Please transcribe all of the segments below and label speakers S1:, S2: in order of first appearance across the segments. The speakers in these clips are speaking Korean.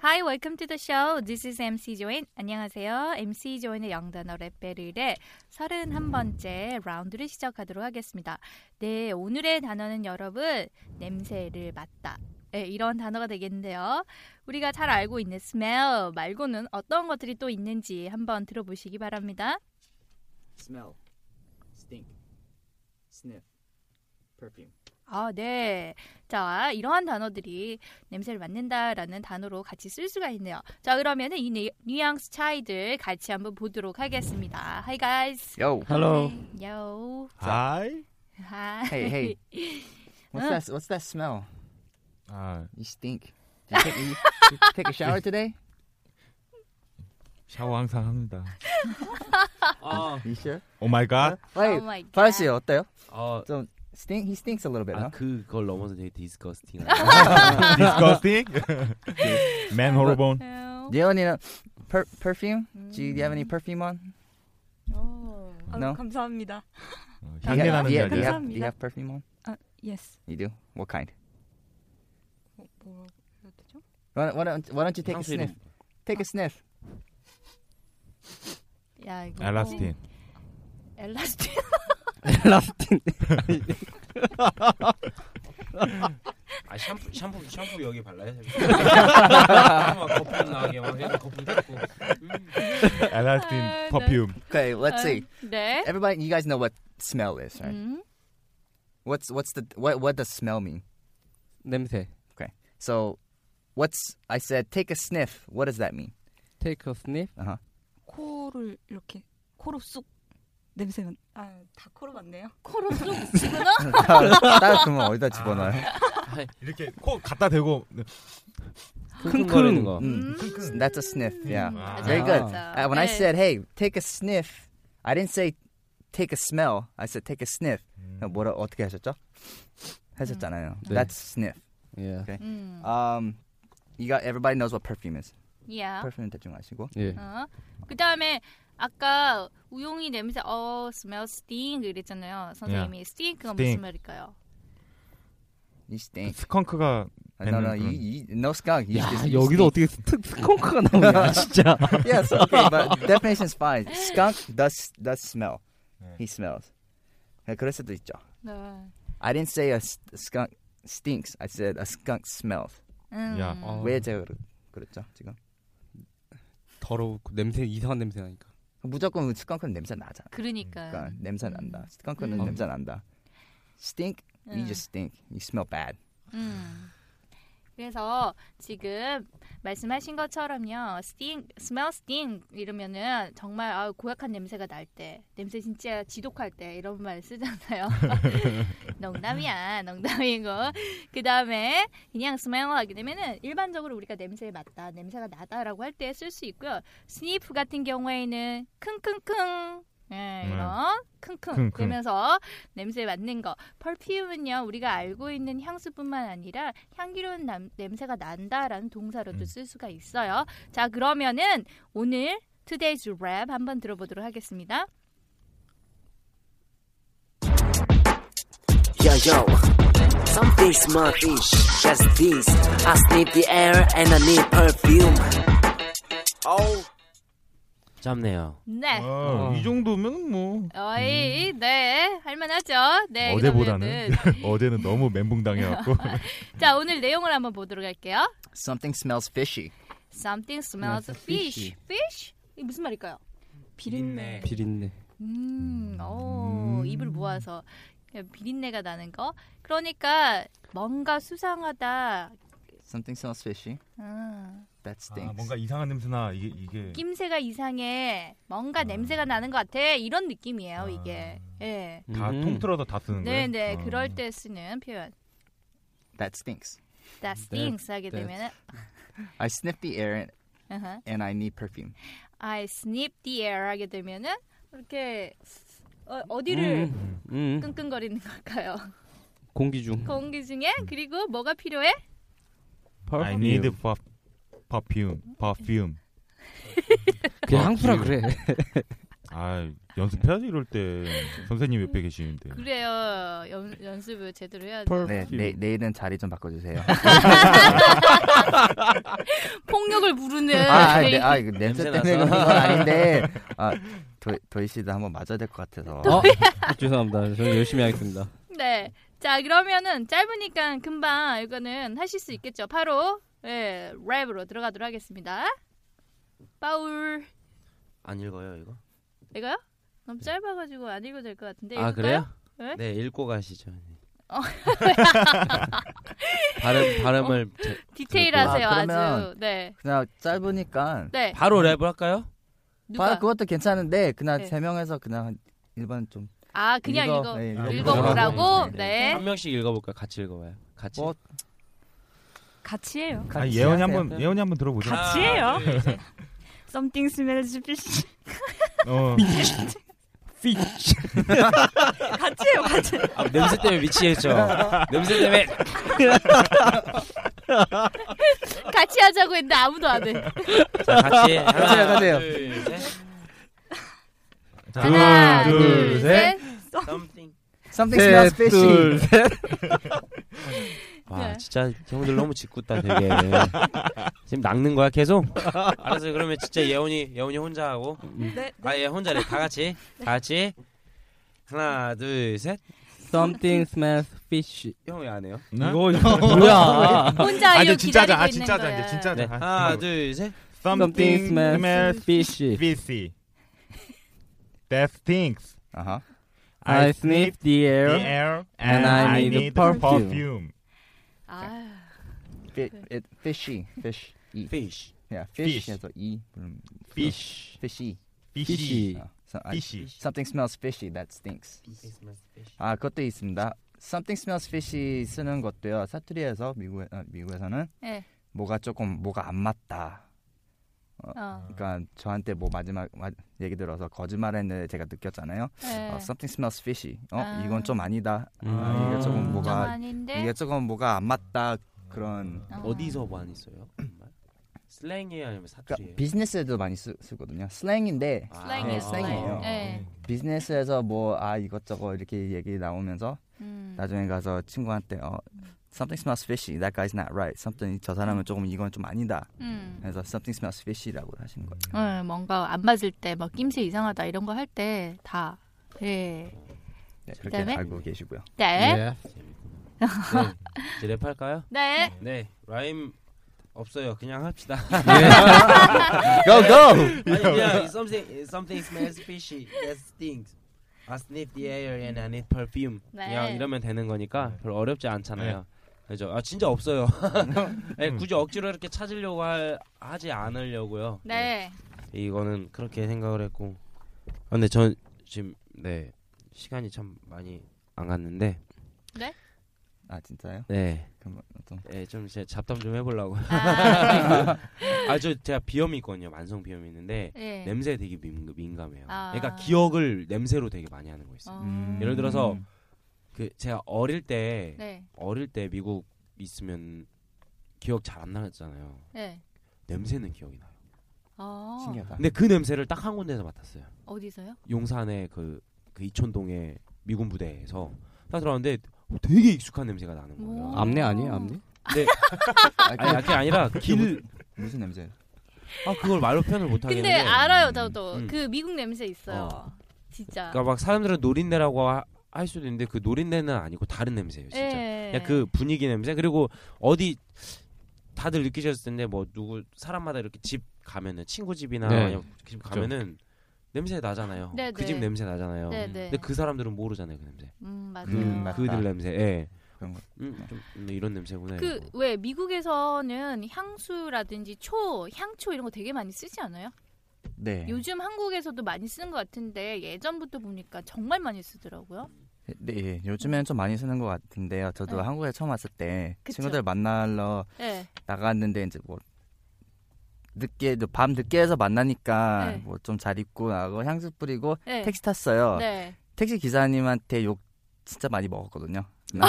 S1: Hi, welcome to the show. This is MC Join. 안녕하세요. MC Join의 영단어 랩벨일의 31번째 라운드를 시작하도록 하겠습니다. 네, 오늘의 단어는 여러분, 냄새를 맡다. 네, 이런 단어가 되겠는데요. 우리가 잘 알고 있는 smell 말고는 어떤 것들이 또 있는지 한번 들어보시기 바랍니다.
S2: smell, stink, sniff, perfume.
S1: 아, 네. 자, 이러한 단어들이 냄새를 맡는다라는 단어로 같이 쓸 수가 있네요. 자, 그러면은 이 뉘- 뉘앙스 차이들 같이 한번 보도록 하겠습니다. Hi guys.
S3: Yo.
S4: Hello.
S1: Yo.
S4: Hi.
S1: Hi.
S3: Hey, hey. What's
S1: Uh.
S3: that? What's that smell?
S4: Uh,
S3: You stink. Did you take, you- did you take a shower today?
S4: 샤워 항상 합니다.
S2: 아,
S3: You sure?
S4: Oh my god.
S3: Wait,
S1: oh my god.
S3: 파이스 어때요?
S2: 아,
S3: 좀 stink. He stinks a little bit,
S2: 아
S3: huh?
S4: Ah.
S2: 그걸 넘어서 되게 디스커스팅.
S4: Disgusting. 예. Man hormone.
S1: No.
S3: 예원이는 per, perfume? Do you have any perfume on?
S1: Mm. Oh.
S3: No.
S5: 감사합니다.
S4: 어,
S3: Do you
S4: 향기
S3: have-
S4: 나는
S3: do you
S4: 게
S3: have- do you
S4: 아니라
S3: have, do you have perfume on?
S5: Yes.
S3: You do. What kind?
S1: 뭐라고 해야 되죠?
S3: Why don't, why don't, why don't you take a
S2: 향수
S3: sniff? Take a sniff.
S1: 야, 이거
S4: 엘라스틴.
S1: 엘라스틴.
S3: Elaftin.
S6: 아 샴푸 샴푸 샴푸 여기 발라요. 아, 막 거품 나게 막 얘는 거품 잡고.
S4: 엘라스틴
S1: 아,
S4: perfume.
S3: okay, let's see.
S1: 네.
S3: Everybody, you guys know what smell is, right?
S1: 음.
S3: What's what's the what what does smell mean?
S7: 냄새.
S3: So, what's I said take a sniff. What does that mean?
S7: Take a sniff.
S8: 코를 이렇게 코로 쑥 냄새가 아다 코로 맞네요.
S1: 코로 쏙 쓰구나.
S3: 따라 그러면 어디다 집어넣어요?
S4: 이렇게 코 갖다 대고
S7: 킁킁거리는 거.
S3: Mm. That's a sniff. Yeah.
S1: 맞아요,
S3: Very good.
S1: 맞아요.
S3: Uh, when I
S1: 네.
S3: said, "Hey, take a sniff," I didn't say take a smell. I said take a sniff. Uh, 뭐라 어떻게 하셨죠? 하셨잖아요.
S7: 네.
S3: That's sniff.
S7: 예.
S1: 음.
S3: Um, you got everybody knows what perfume is.
S1: Yeah.
S3: Perfume 대충 아시고.
S7: 예.
S1: 어. 그다음에 아까 우용이 냄새 어 smell sting 이랬잖아요. 선생님이 sting가 무슨
S4: Stink.
S1: 말일까요?
S3: You stink.
S4: 스컹크가
S3: Uh, no, no,
S4: 뱉는
S3: you, you, no skunk. You
S7: 음, 야
S3: just, you
S7: 여기도
S3: stink.
S7: 어떻게 스, 스컹크가 나오냐 진짜.
S3: yes, okay, but definition's fine. Skunk does does smell. He smells. 네, 그럴 수도 있죠.
S1: 네.
S3: I didn't say a s- skunk stinks. I said a skunk smells.
S1: 음.
S4: 야,
S7: 어,
S3: 왜 제가 그러- 그랬죠 지금?
S7: 더러우고 냄새 이상한 냄새 나니까.
S3: 무조건 스컹크는 냄새 나잖아.
S1: 그러니까요.
S3: 그러니까 냄새 난다. 스컹크는
S7: 아.
S1: 음.
S3: 냄새 난다. Stink, you
S1: 음.
S3: just stink. You smell bad.
S1: 음. 그래서 지금 말씀하신 것처럼요, sting, smell sting 이러면은 정말 아, 고약한 냄새가 날 때, 냄새 진짜 지독할 때 이런 말 쓰잖아요. 농담이야, 농담이고. 그 다음에 그냥 smell 하게 되면은 일반적으로 우리가 냄새를 맡다, 냄새가 나다라고 할 때 쓸 수 있고요. sniff 같은 경우에는 킁킁킁. 예,
S4: 음.
S1: 이런 킁킁
S4: 킁킁.
S1: 그러면서 냄새 맡는 거. 펄퓸은요 우리가 알고 있는 향수뿐만 아니라 향기로운 남- 냄새가 난다라는 동사로도
S4: 음.
S1: 쓸 수가 있어요. 자 그러면은 오늘 Today's Rap 한번 들어보도록 하겠습니다.
S9: Yo yo, something smartish, just this. I sniff the air and I need perfume. Oh,
S10: 짧네요.
S1: 네.
S4: 아, 이 정도면 뭐
S1: 어이, 네, 할만하죠. 네,
S4: 어제보다는
S1: 그러면은.
S4: 어제는 너무 멘붕 당해갖고
S1: 자, 오늘 내용을 한번 보도록 할게요.
S3: Something smells fishy.
S1: Something smells fish. Fish? 이 무슨 말일까요? 비린내.
S7: 비린내.
S1: 음, 오, 입을 모아서 그냥 비린내가 나는 거. 그러니까 뭔가 수상하다.
S3: Something smells fishy.
S1: 아,
S3: That stinks.
S4: 아, 뭔가 이상한 냄새나 이게
S1: 네.
S4: 이게
S1: 낌새가 이상해. 뭔가 냄새가 나는 것 아. 같아. 이런 느낌이에요, 이게. 예.
S4: 다 통틀어서 다 쓰는 거예요.
S1: 네, 네.
S4: 어.
S1: 그럴 때 쓰는 표현.
S3: That stinks.
S1: That stinks 하게 되면은
S3: I sniff the air and,
S1: Uh-huh.
S3: and I need perfume.
S1: I sniff the air 하게 되면은 이렇게 어, 어디를
S7: 음, 음.
S1: 끙끙거리는 걸까요?
S7: 공기 중.
S3: 음.
S10: 어,
S1: 공기 중에 그리고 뭐가 필요해?
S4: I need perf- perfume, perfume.
S7: 그냥 항수라 그래.
S4: 아 연습해야지 이럴 때 선생님 옆에 계시는데.
S1: 그래요. 연, 연습을 제대로 해야죠.
S3: 네, 내, 내일은 자리 좀 바꿔주세요.
S1: 폭력을 부르는
S3: 아, 아,
S1: 네.
S3: 네, 아 이거 냄새
S7: 냄새
S3: 때문에 그런
S7: 나서.
S3: 건 아닌데 아, 도, 도희 씨도 한번 맞아야 될 것 같아서.
S7: 어? 죄송합니다. 저는 열심히 하겠습니다.
S1: 네. 자, 그러면은 짧으니까 금방 이거는 하실 수 있겠죠. 바로 예, 랩으로 들어가도록 하겠습니다. 바울
S10: 안 읽어요 이거?
S1: 이거요? 너무 짧아가지고 안 읽어도 될 것 같은데
S10: 아 그래요?
S1: 읽을까요? 네?
S10: 네 읽고 가시죠.
S1: 어.
S10: 발음 발음을 제-
S1: 디테일하세요
S3: 아,
S1: 아,
S3: 그러면
S1: 주 네.
S3: 그냥 짧으니까.
S1: 네.
S10: 바로 랩을 할까요?
S1: 누가?
S3: 아, 그것도 괜찮은데 그냥
S1: 네.
S3: 세 명에서 그냥 한 일반 좀.
S1: 아 그냥
S3: 읽어.
S1: 읽어
S3: 네,
S1: 읽어보라고.
S3: 읽어보라고.
S1: 네.
S10: 한 명씩 읽어볼까? 요 같이 읽어봐요. 같이.
S8: 같이 해요.
S4: 아, 예언이 한번 예언이 한번 들어보자.
S8: 같이 해요. Something smells fishy.
S4: 어.
S10: 피치.
S8: 같이 해요, 같이.
S10: 아, 냄새 때문에 미치겠죠. 냄새 때문에.
S1: 같이 하자고 했는데 아무도 안 해.
S10: 자, 같이 하나,
S3: 같이 해요, 같이 해요.
S2: 네.
S10: 둘, 셋.
S4: 자,
S3: 하나,
S4: 둘,
S3: 둘,
S4: 셋.
S10: Something.
S3: Something smells
S4: 셋,
S3: fishy.
S4: 둘,
S10: 와 진짜 형들 너무 짓궂다 되게. 지금 낚는 거야 계속? 알았어요. 그러면 진짜 예원이 예원이 혼자 하고.
S8: 네.
S10: 아예 혼자래. 다 같이. 다 같이. 하나 둘 셋.
S7: Something smells fishy.
S10: 형이 안 해요?
S7: 네? 이거 뭐야?
S1: 혼자
S4: 아,
S1: 이거
S4: 이제 진짜 하자.
S1: 기다리고
S4: 아,
S1: 있는
S4: 진짜 하자.
S1: 거야.
S4: 이제 진짜 하자.
S10: 네. 하나 둘 셋.
S7: Something smells fishy.
S4: 아, 네. fishy. That stinks.
S3: Uh-huh.
S7: I sniff the air,
S4: the air
S7: and I need perfume.
S1: 아,
S3: Fi- it, fishy, fish, e.
S10: fish.
S3: Yeah,
S4: Fish.
S3: fish. 그래서 e. 음,
S4: Fish.
S3: fishy.
S4: Fishy.
S3: 어, so- 아,
S4: Fishy.
S3: something smells fishy. That stinks. 아, 그것도 있습니다. Something smells fishy 쓰는 것도요. 사투리에서 미국에 어, 미국에서는
S1: 네.
S3: 뭐가 조금 뭐가 안 맞다. 어,
S1: 어.
S3: 그러니까 저한테 뭐 마지막 마- 얘기 들어서 거짓말했는데 제가 느꼈잖아요.
S1: 네.
S3: 어, something smells fishy. 어,
S1: 아.
S3: 이건 좀 아니다. 아, 이게 조금
S1: 좀
S3: 뭐가
S1: 아닌데?
S3: 이게 조금 뭐가 안 맞다 그런.
S10: 어디서 많이 써요? 정말? 슬랭이에요 아니면 사투리예요?
S3: 그러니까 비즈니스에도 많이 쓰, 거든요
S1: 아.
S3: 슬랭인데
S10: 슬랭이에요,
S3: 네,
S10: 슬랭.
S3: 슬랭이에요.
S10: 네.
S3: 비즈니스에서 뭐 아 이것저것 이렇게 얘기 나오면서
S1: 음.
S3: 나중에 가서 친구한테 어 something smells fishy. That guy's not right. something 저 사람은 조금 이건 좀 아니다.
S1: 음.
S3: 그래서 something smells fishy라고 하시는 거예요.
S1: 어, 뭔가 안 맞을 때, 막 낌새 이상하다 이런 거 할 때 다. 예.
S3: 네, 그렇게
S1: 그다음에?
S3: 알고 계시고요.
S1: 네.
S10: 이제 랩할까요?
S1: 네.
S10: 네. 라임 없어요. 그냥 합시다.
S1: 예. Go, go.
S10: 아니 그냥 something something smells fishy. That stinks. I sniff the air and I need perfume.
S1: 네.
S10: 그냥 이러면 되는 거니까 별로 어렵지 않잖아요. 그죠? 아 진짜 없어요. 네, 굳이 억지로 이렇게 찾으려고 할- 하지 않으려고요.
S1: 네.
S10: 이거는 그렇게 생각을 했고 아, 근데 전 지금 네 시간이 참 많이 안 갔는데
S1: 네?
S3: 아 진짜요?
S10: 네.
S3: 그럼 좀
S10: 네, 좀 이제 잡담 좀 해보려고.
S1: 아.
S10: 아, 저 제가 비염이 있거든요. 만성 비염이 있는데
S1: 예.
S10: 냄새에 되게 민, 민감해요.
S1: 아.
S10: 그러니까 기억을 냄새로 되게 많이 하는 거 있어요.
S1: 음.
S10: 예를 들어서 그 제가 어릴 때
S1: 네.
S10: 어릴 때 미국 있으면 기억 잘 안 나잖아요.
S1: 네.
S10: 냄새는 기억이 나요.
S1: 어.
S3: 네.
S10: 근데 그 냄새를 딱 한 군데서 맡았어요.
S1: 어디서요?
S10: 용산의 그, 그 이촌동의 미군 부대에서 딱 들어왔는데 되게 익숙한 냄새가 나는 거예요.
S3: 네.
S7: 암내 아니에요, 암내?
S10: 네. 아니, 그게 아니라 길
S3: 무슨 냄새?
S10: 아 그걸 말로 표현을 못 하겠는데.
S1: 근데 알아요, 저도
S10: 음.
S1: 그 미국 냄새 있어요.
S10: 어.
S1: 진짜.
S10: 그러니까 막 사람들은 노린내라고 하- 할 수도 있는데 그 노린내는 아니고 다른 냄새예요, 진짜.
S1: 예.
S10: 그냥 그 분위기 냄새. 그리고 어디 다들 느끼셨을 텐데 뭐 누구 사람마다 이렇게 집 가면은 친구 집이나
S2: 네.
S10: 아니면 집
S2: 그죠.
S10: 가면은 냄새 나잖아요.
S1: 네,
S10: 그
S1: 네.
S10: 집 냄새 나잖아요.
S1: 네, 네.
S10: 근데 그 사람들은 모르잖아요, 그 냄새.
S1: 음, 맞아요.
S3: 음, 맞다.
S10: 그들 냄새. 예.
S3: 그런 거.
S10: 음, 좀, 음, 이런 냄새구나.
S1: 그
S10: 이러고.
S1: 왜 미국에서는 향수라든지 초, 향초 이런 거 되게 많이 쓰지 않아요?
S3: 네.
S1: 요즘 한국에서도 많이 쓰는 것 같은데 예전부터 보니까 정말 많이 쓰더라고요.
S3: 네, 예. 요즘에는 좀 많이 쓰는 것 같은데요. 저도
S1: 네.
S3: 한국에 처음 왔을 때
S1: 그쵸.
S3: 친구들 만나러
S1: 네.
S3: 나갔는데 이제 뭐 늦게 밤 늦게 해서 만나니까
S1: 네.
S3: 뭐 좀 잘 입고 나고 향수 뿌리고
S1: 네.
S3: 택시 탔어요.
S1: 네.
S3: 택시 기사님한테 욕 진짜 많이 먹었거든요. 아,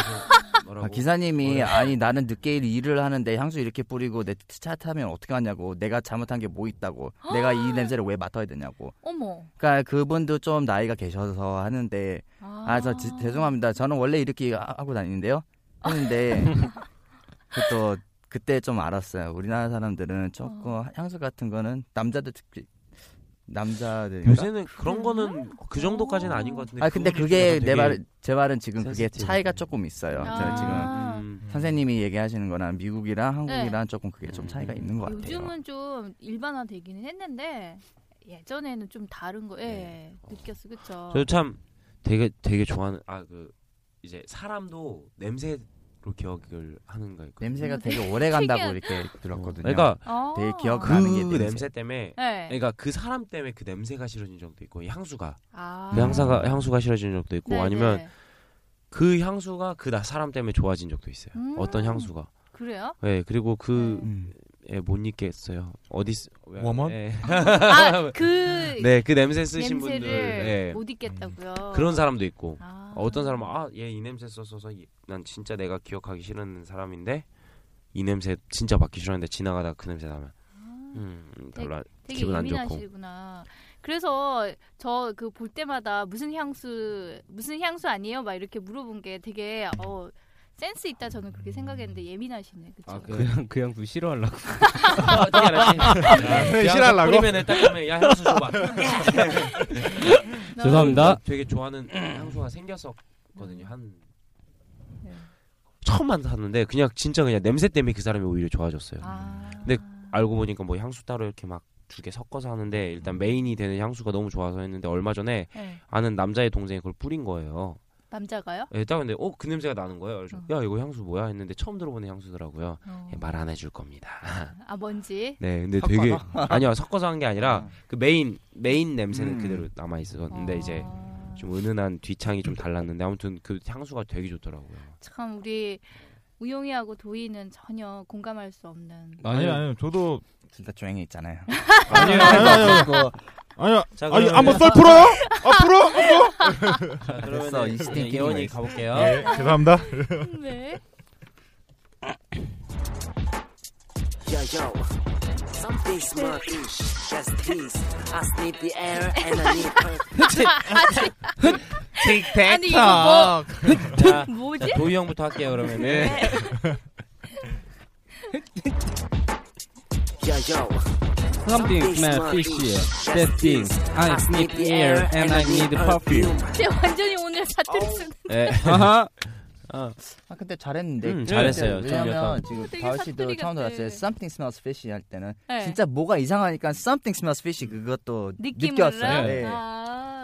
S10: 뭐라고?
S3: 기사님이
S10: 뭐라고?
S3: 아니 나는 늦게 일을 하는데 향수 이렇게 뿌리고 내 차 타면 어떻게 하냐고 내가 잘못한 게 뭐 있다고 내가 이 냄새를 왜 맡아야 되냐고
S1: 어머.
S3: 그러니까 그분도 좀 나이가 계셔서 하는데 아저 아. 죄송합니다 저는 원래 이렇게 하- 하고 다니는데요 했는데 그또 그때 좀 알았어요 우리나라 사람들은 조금 향수 같은 거는 남자들 특히 남자들
S10: 요새는 그런 거는 그 정도까지는 아닌 것 같은데.
S3: 아 근데
S10: 그거를
S3: 그게
S10: 제가
S3: 내
S10: 되게-
S3: 말, 제 말은 지금 그게 차이가 조금 있어요. 제가
S1: 아.
S10: 음,
S3: 지금 선생님이 얘기하시는 거랑 미국이랑 한국이랑 조금 그게
S10: 음.
S3: 좀 차이가 있는 것 같아요.
S1: 요즘은 좀 일반화되기는 했는데 예전에는 좀 다른 거 예. 느꼈어. 그렇죠.
S10: 저도 참 되게 되게 좋아하는 아 그 이제 사람도 냄새로 기억을 하는 거예요.
S3: 냄새가 되게 오래 간다고
S1: 특이한-
S3: 이렇게 들었거든요.
S10: 그러니까
S1: 아. 되게
S3: 기억나는 게
S10: 그
S3: 냄새.
S10: 냄새 때문에
S1: 네.
S10: 그러니까 그 사람 때문에 그 냄새가 싫어진 적도 있고 이 향수가
S1: 아.
S10: 그 향사가 향수가 싫어진 적도 있고
S1: 네,
S10: 아니면
S1: 네.
S10: 그 향수가 그 나 사람 때문에 좋아진 적도 있어요.
S1: 음.
S10: 어떤 향수가
S1: 그래요?
S10: 네 그리고 그 예, 못 잊겠어요. 어디 쓰... 왜-
S4: 워먼?
S10: 예.
S1: 네. 아, 그
S10: 네, 그 냄새 쓰신
S1: 냄새를
S10: 분들 예.
S1: 못 잊겠다고요.
S10: 그런 사람도 있고 어떤 사람은 아 얘 이 냄새 써서 이- 난 진짜 내가 기억하기 싫은 사람인데 이 냄새 진짜 맡기 싫었는데 지나가다 그 냄새 나면 음 별로 안-
S1: 되게
S10: 기분 안 좋고
S1: 예민하시구나. 그래서 저 그 볼 때마다 무슨 향수 무슨 향수 아니에요? 막 이렇게 물어본 게 되게 어 센스 있다 저는 그렇게 생각했는데 예민하시네. 그쵸?
S7: 아, 그, 향- 그 향수 싫어하려고.
S10: 어떻게 알았지? 야,
S7: 아, 싫어하려고?
S10: 뿌리면 일단 그러면 야, 향수 줘봐.
S1: 네.
S7: 죄송합니다.
S10: 되게 좋아하는 향수가 생겼었거든요. 한 처음 만났는데 그냥 진짜 그냥 냄새 때문에 그 사람이 오히려 좋아졌어요. 근데 알고 보니까 뭐 향수 따로 이렇게 막 두 개 섞어서 하는데 일단 메인이 되는 향수가 너무 좋아서 했는데 얼마 전에
S1: 네.
S10: 아는 남자의 동생이 그걸 뿌린 거예요.
S1: 남자가요?
S10: 예, 딱 근데 어 그 냄새가 나는 거예요. 그래서 야 이거 향수 뭐야 했는데 처음 들어보는 향수더라고요. 예,
S1: 어.
S10: 말 안 해줄 겁니다.
S1: 아 뭔지.
S10: 네, 근데
S1: 섞어서?
S10: 되게 아니요 섞어서 한 게 아니라 그 메인 메인 냄새는 그대로 남아 있었는데 이제
S1: 어.
S10: 좀 은은한 뒤창이 좀 달랐는데 아무튼 그 향수가 되게 좋더라고요.
S1: 참 우리 우영이하고 도희는 전혀 공감할 수 없는.
S4: 아니 아니 저도
S3: 진짜 조용히 있잖아요.
S4: 아니요 아니요 아니요
S10: 자,
S4: 아니
S10: 그러면-
S4: 한번 썰 풀어요? 아 풀어? 한번?
S10: 자, 그러면 이제 예원이 가볼게요.
S3: 네.
S4: 예, 죄송합니다.
S1: 네.
S9: Yo, yo. Something
S1: 네.
S9: smoky. Just please. I sniff the air and I need her.
S1: 아, 아니, 이거 뭐-
S10: 자,
S1: 뭐지?
S10: 자, 도희 형부터 할게요 그러면. 네.
S9: Yo, yo.
S7: Something smell fishy. That thing.
S10: 아, 예.
S7: I sniff air and I need perfume.
S1: 쟤 완전히 오늘 사투리 쓰는.
S10: 예.
S7: 아하.
S10: 아.
S3: 아 근데 잘했는데
S10: 음, 잘했어요. 좀
S3: 왜냐면
S10: 약간-
S3: 지금
S10: 어, 되게
S3: 다울 씨도
S10: 사투리
S3: 처음
S10: 같아.
S3: 들었어요. Something smells fishy 할 때는
S1: 네.
S3: 진짜 뭐가 이상하니까 something smells fishy 그것도
S1: 느낌으로?
S3: 느꼈어요.
S1: 네.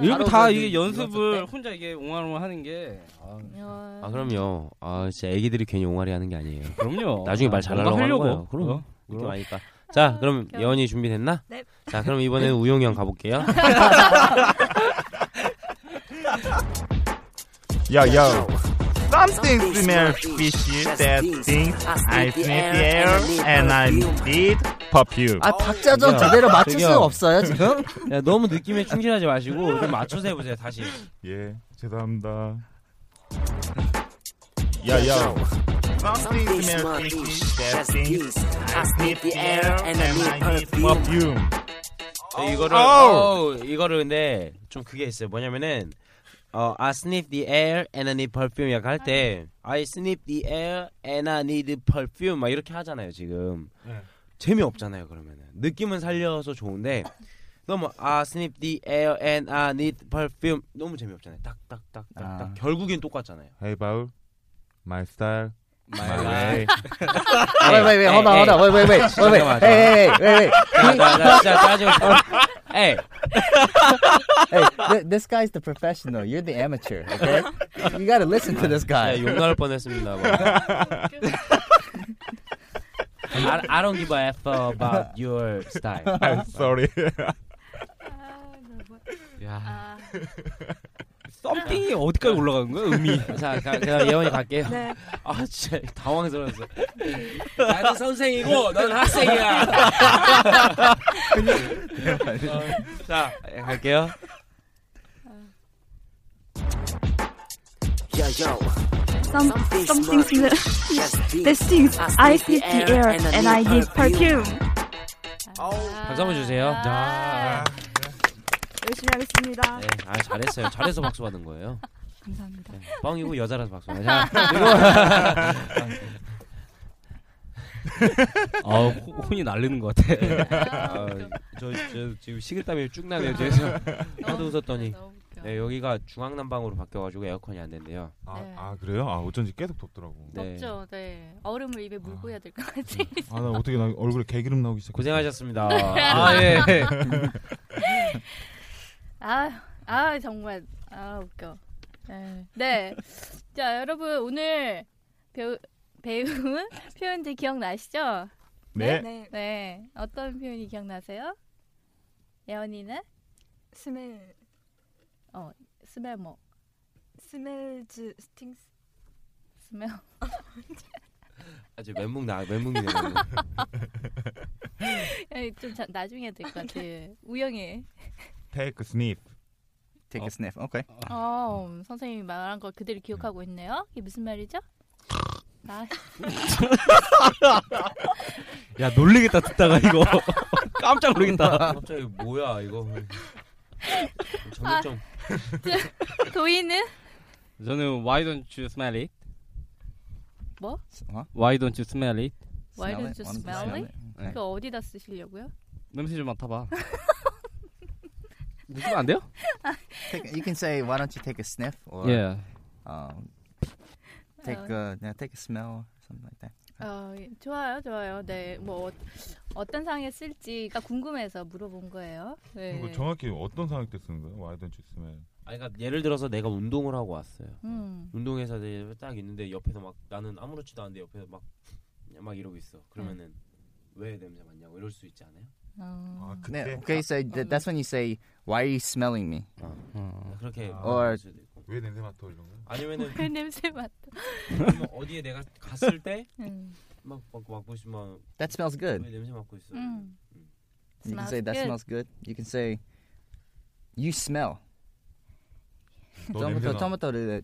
S7: 일부 다
S3: 바로
S7: 이게
S3: 그
S7: 연습을 혼자 이게 옹알옹알 하는 게. 아.
S10: 아 그럼요. 아 진짜 애기들이 괜히 옹알이 하는 게 아니에요.
S7: 그럼요.
S10: 어. 나중에 말 잘하려고
S7: 뭔가
S10: 하는
S7: 하려고.
S10: 거예요. 그럼
S7: 어,
S10: 느낌
S7: 그럼.
S10: 아니까. 자 그럼 예원이 준비됐나?
S7: 네.
S10: 자 그럼 이번에는 우용이 형 가볼게요.
S4: 야 야.
S9: Something
S4: smells fishy, that thing. I sniff the air and I need perfume.
S3: 아 박자 좀 제대로 맞출 수 없어요 지금?
S10: 야 너무 느낌에 충실하지 마시고 좀 맞춰서 해보세요 다시.
S4: 예, 죄송합니다. 야 야.
S9: Something smells fishy. Just please. I sniff the air and I need perfume.
S4: perfume.
S10: 저 이거를
S4: 아우!
S10: 어우, 이거를 근데 좀 그게 있어요. 뭐냐면은 어, I sniff the air and I need perfume 약간 할 때 I sniff the air and I need perfume 막 이렇게 하잖아요 지금.
S4: 네.
S10: 재미없잖아요 그러면은 느낌은 살려서 좋은데 너무 아 sniff the air and I need perfume 너무 재미없잖아요 딱딱딱딱딱
S4: 아.
S10: 결국엔 똑같잖아요
S4: Hey Paul, my style, my
S10: way.
S4: way.
S3: 아, wait, wait, wait, hold on, hold on, wait, wait, wait, wait, wait,
S10: 잠깐만,
S3: hey, hey, hey, wait, wait.
S10: 잠깐만. 아, 나, 나, 나 진짜 짜증. Hey.
S3: hey, th- this guy's the professional. You're the amateur. Okay, you gotta listen to this guy.
S10: 네, 욕 나올 뻔했습니다. 뭐. I, I don't give a f about your style.
S4: I'm sorry.
S1: 아,
S10: 야.
S7: 썸띵이 어디까지 올라가는 거야 의미?
S10: 자, 가- 그럼 예원이 갈게요.
S7: 네.
S10: 아, 진짜 당황스러웠어.
S6: 나는 선생이고 넌 학생이야.
S10: 어, 자, 예, 갈게요.
S9: Yo, yo.
S8: Some, something similar. These things. I sniff the air and I need perfume.
S10: 박수 한번 주세요.
S8: 네.
S10: 아,
S8: 열심히 하겠습니다.
S10: 네, 아, 잘했어요. 잘해서 박수 받은 거예요.
S8: 감사합니다.
S10: 네, 뻥이고 여자라서 박수. 자, 그리고
S7: 아, 호- 혼이 날리는 것 같아.
S10: 아, 저, 저 지금 식은땀이 쭉 나네요. 그래서 하도 웃었더니 네, 여기가 중앙난방으로 바뀌어가지고 에어컨이 안 된대요.
S4: 아,
S1: 네.
S4: 아 그래요? 아 어쩐지 계속 덥더라고.
S1: 덥죠. 네. 얼음을 입에 물고 해야 될 것 같아.
S4: 아 나 어떻게 나 얼굴에 개기름 나오기 시작.
S10: 고생하셨습니다. 네.
S1: 아, 예. 아, 아 정말 아 웃겨. 네. 네. 자 여러분 오늘 배우 배운 표현들 기억나시죠?
S4: 네.
S8: 네.
S1: 네. 어떤 표현이 기억나세요? 예언이는
S8: 스멜,
S1: 어 스멜 뭐
S8: 스멜즈, 스팅스.
S1: 스멜
S10: 아주 멘붕 나 멘붕이네요.
S1: 아니, 좀 자, 나중에 될 것 같아.
S8: 네.
S1: 우영이.
S4: Take a sniff.
S3: Take a sniff. Okay.
S1: 어 음, 선생님이 말한 걸 그대로 기억하고 있네요. 이게 무슨 말이죠? 아, 나
S7: 야 놀리겠다 듣다가 이거 깜짝 놀리겠다.
S10: 갑자기 뭐야 이거. 정육점.
S1: 저- 도희는
S7: 저는 Why don't you smell it?
S1: 뭐?
S3: 어?
S7: Why don't you smell it?
S1: Why don't you
S3: Smell it,
S1: smell
S3: smell
S1: it?
S7: 네.
S1: 그거 어디다 쓰시려고요?
S7: 냄새 좀 맡아봐. 웃으면 안 돼요?
S3: Take, you can say, why don't you take a sniff
S10: 어.
S3: or
S7: Yeah.
S3: um, take a yeah, take a smell or something like that.
S1: 어, 예, 좋아요, 좋아요. 네,
S3: 음.
S1: 뭐 어, 어떤 상에 쓸지가 궁금해서 물어본 거예요.
S3: 음,
S1: 네.
S4: 이거
S3: 그렇죠?
S4: 정확히 어떤 상황 때 쓰는 거예요? Why don't you smell?
S10: 아니, 그러니까 예를 들어서 내가 운동을 하고 왔어요.
S1: 음.
S10: 운동해서 이제 딱 있는데 옆에서 막 나는 아무렇지도 않은데 옆에서 막 막 이러고 있어. 그러면은 왜 냄새 맡냐고 이럴 수 있지 않아요?
S4: 음.
S1: 아,
S3: Yeah, okay, so th- that's when you say, why are you smelling me?
S7: 어.
S10: 그렇게
S3: or
S4: 왜 냄새 맡아 이런 거?
S10: 아니면은
S1: 왜그 냄새 맡아?
S10: 아니면 어디에 내가 갔을 때
S1: 음.
S10: 막 막 맡고 있으면
S3: That smells good.
S10: 왜 냄새 맡고 있어?
S1: 음.
S3: you can
S1: Smells
S3: say that
S1: good.
S3: smells good. You can say, you smell.
S4: 너
S3: 처음부터
S4: 냄새 나.
S3: 처음부터 그래.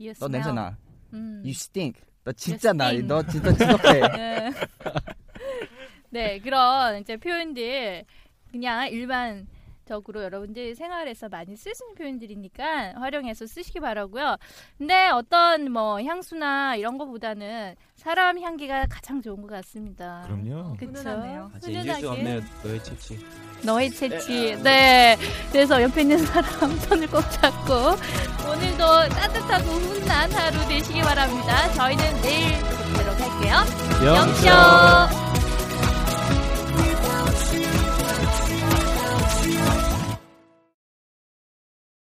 S1: You
S3: 너 냄새
S1: smell.
S3: 나.
S1: 음.
S3: You stink. 너 진짜 나.
S1: stink.
S3: 너 진짜 지독해.
S1: 네. 네, 그런 이제 표현들 그냥 일반적으로 여러분들 생활에서 많이 쓰시는 표현들이니까 활용해서 쓰시기 바라고요. 근데 어떤 뭐 향수나 이런 거보다는 사람 향기가 가장 좋은 것 같습니다.
S4: 그럼요.
S1: 그쵸?
S8: 훈훈하네요.
S10: 아, 진짜 잊을 수 없네요. 너의 채취.
S1: 너의 채취. 네. 그래서 옆에 있는 사람 손을 꼭 잡고 오늘도 따뜻하고 훈훈한 하루 되시기 바랍니다. 저희는 내일 뵙도록 할게요.
S7: 영쇼.
S1: 영쇼.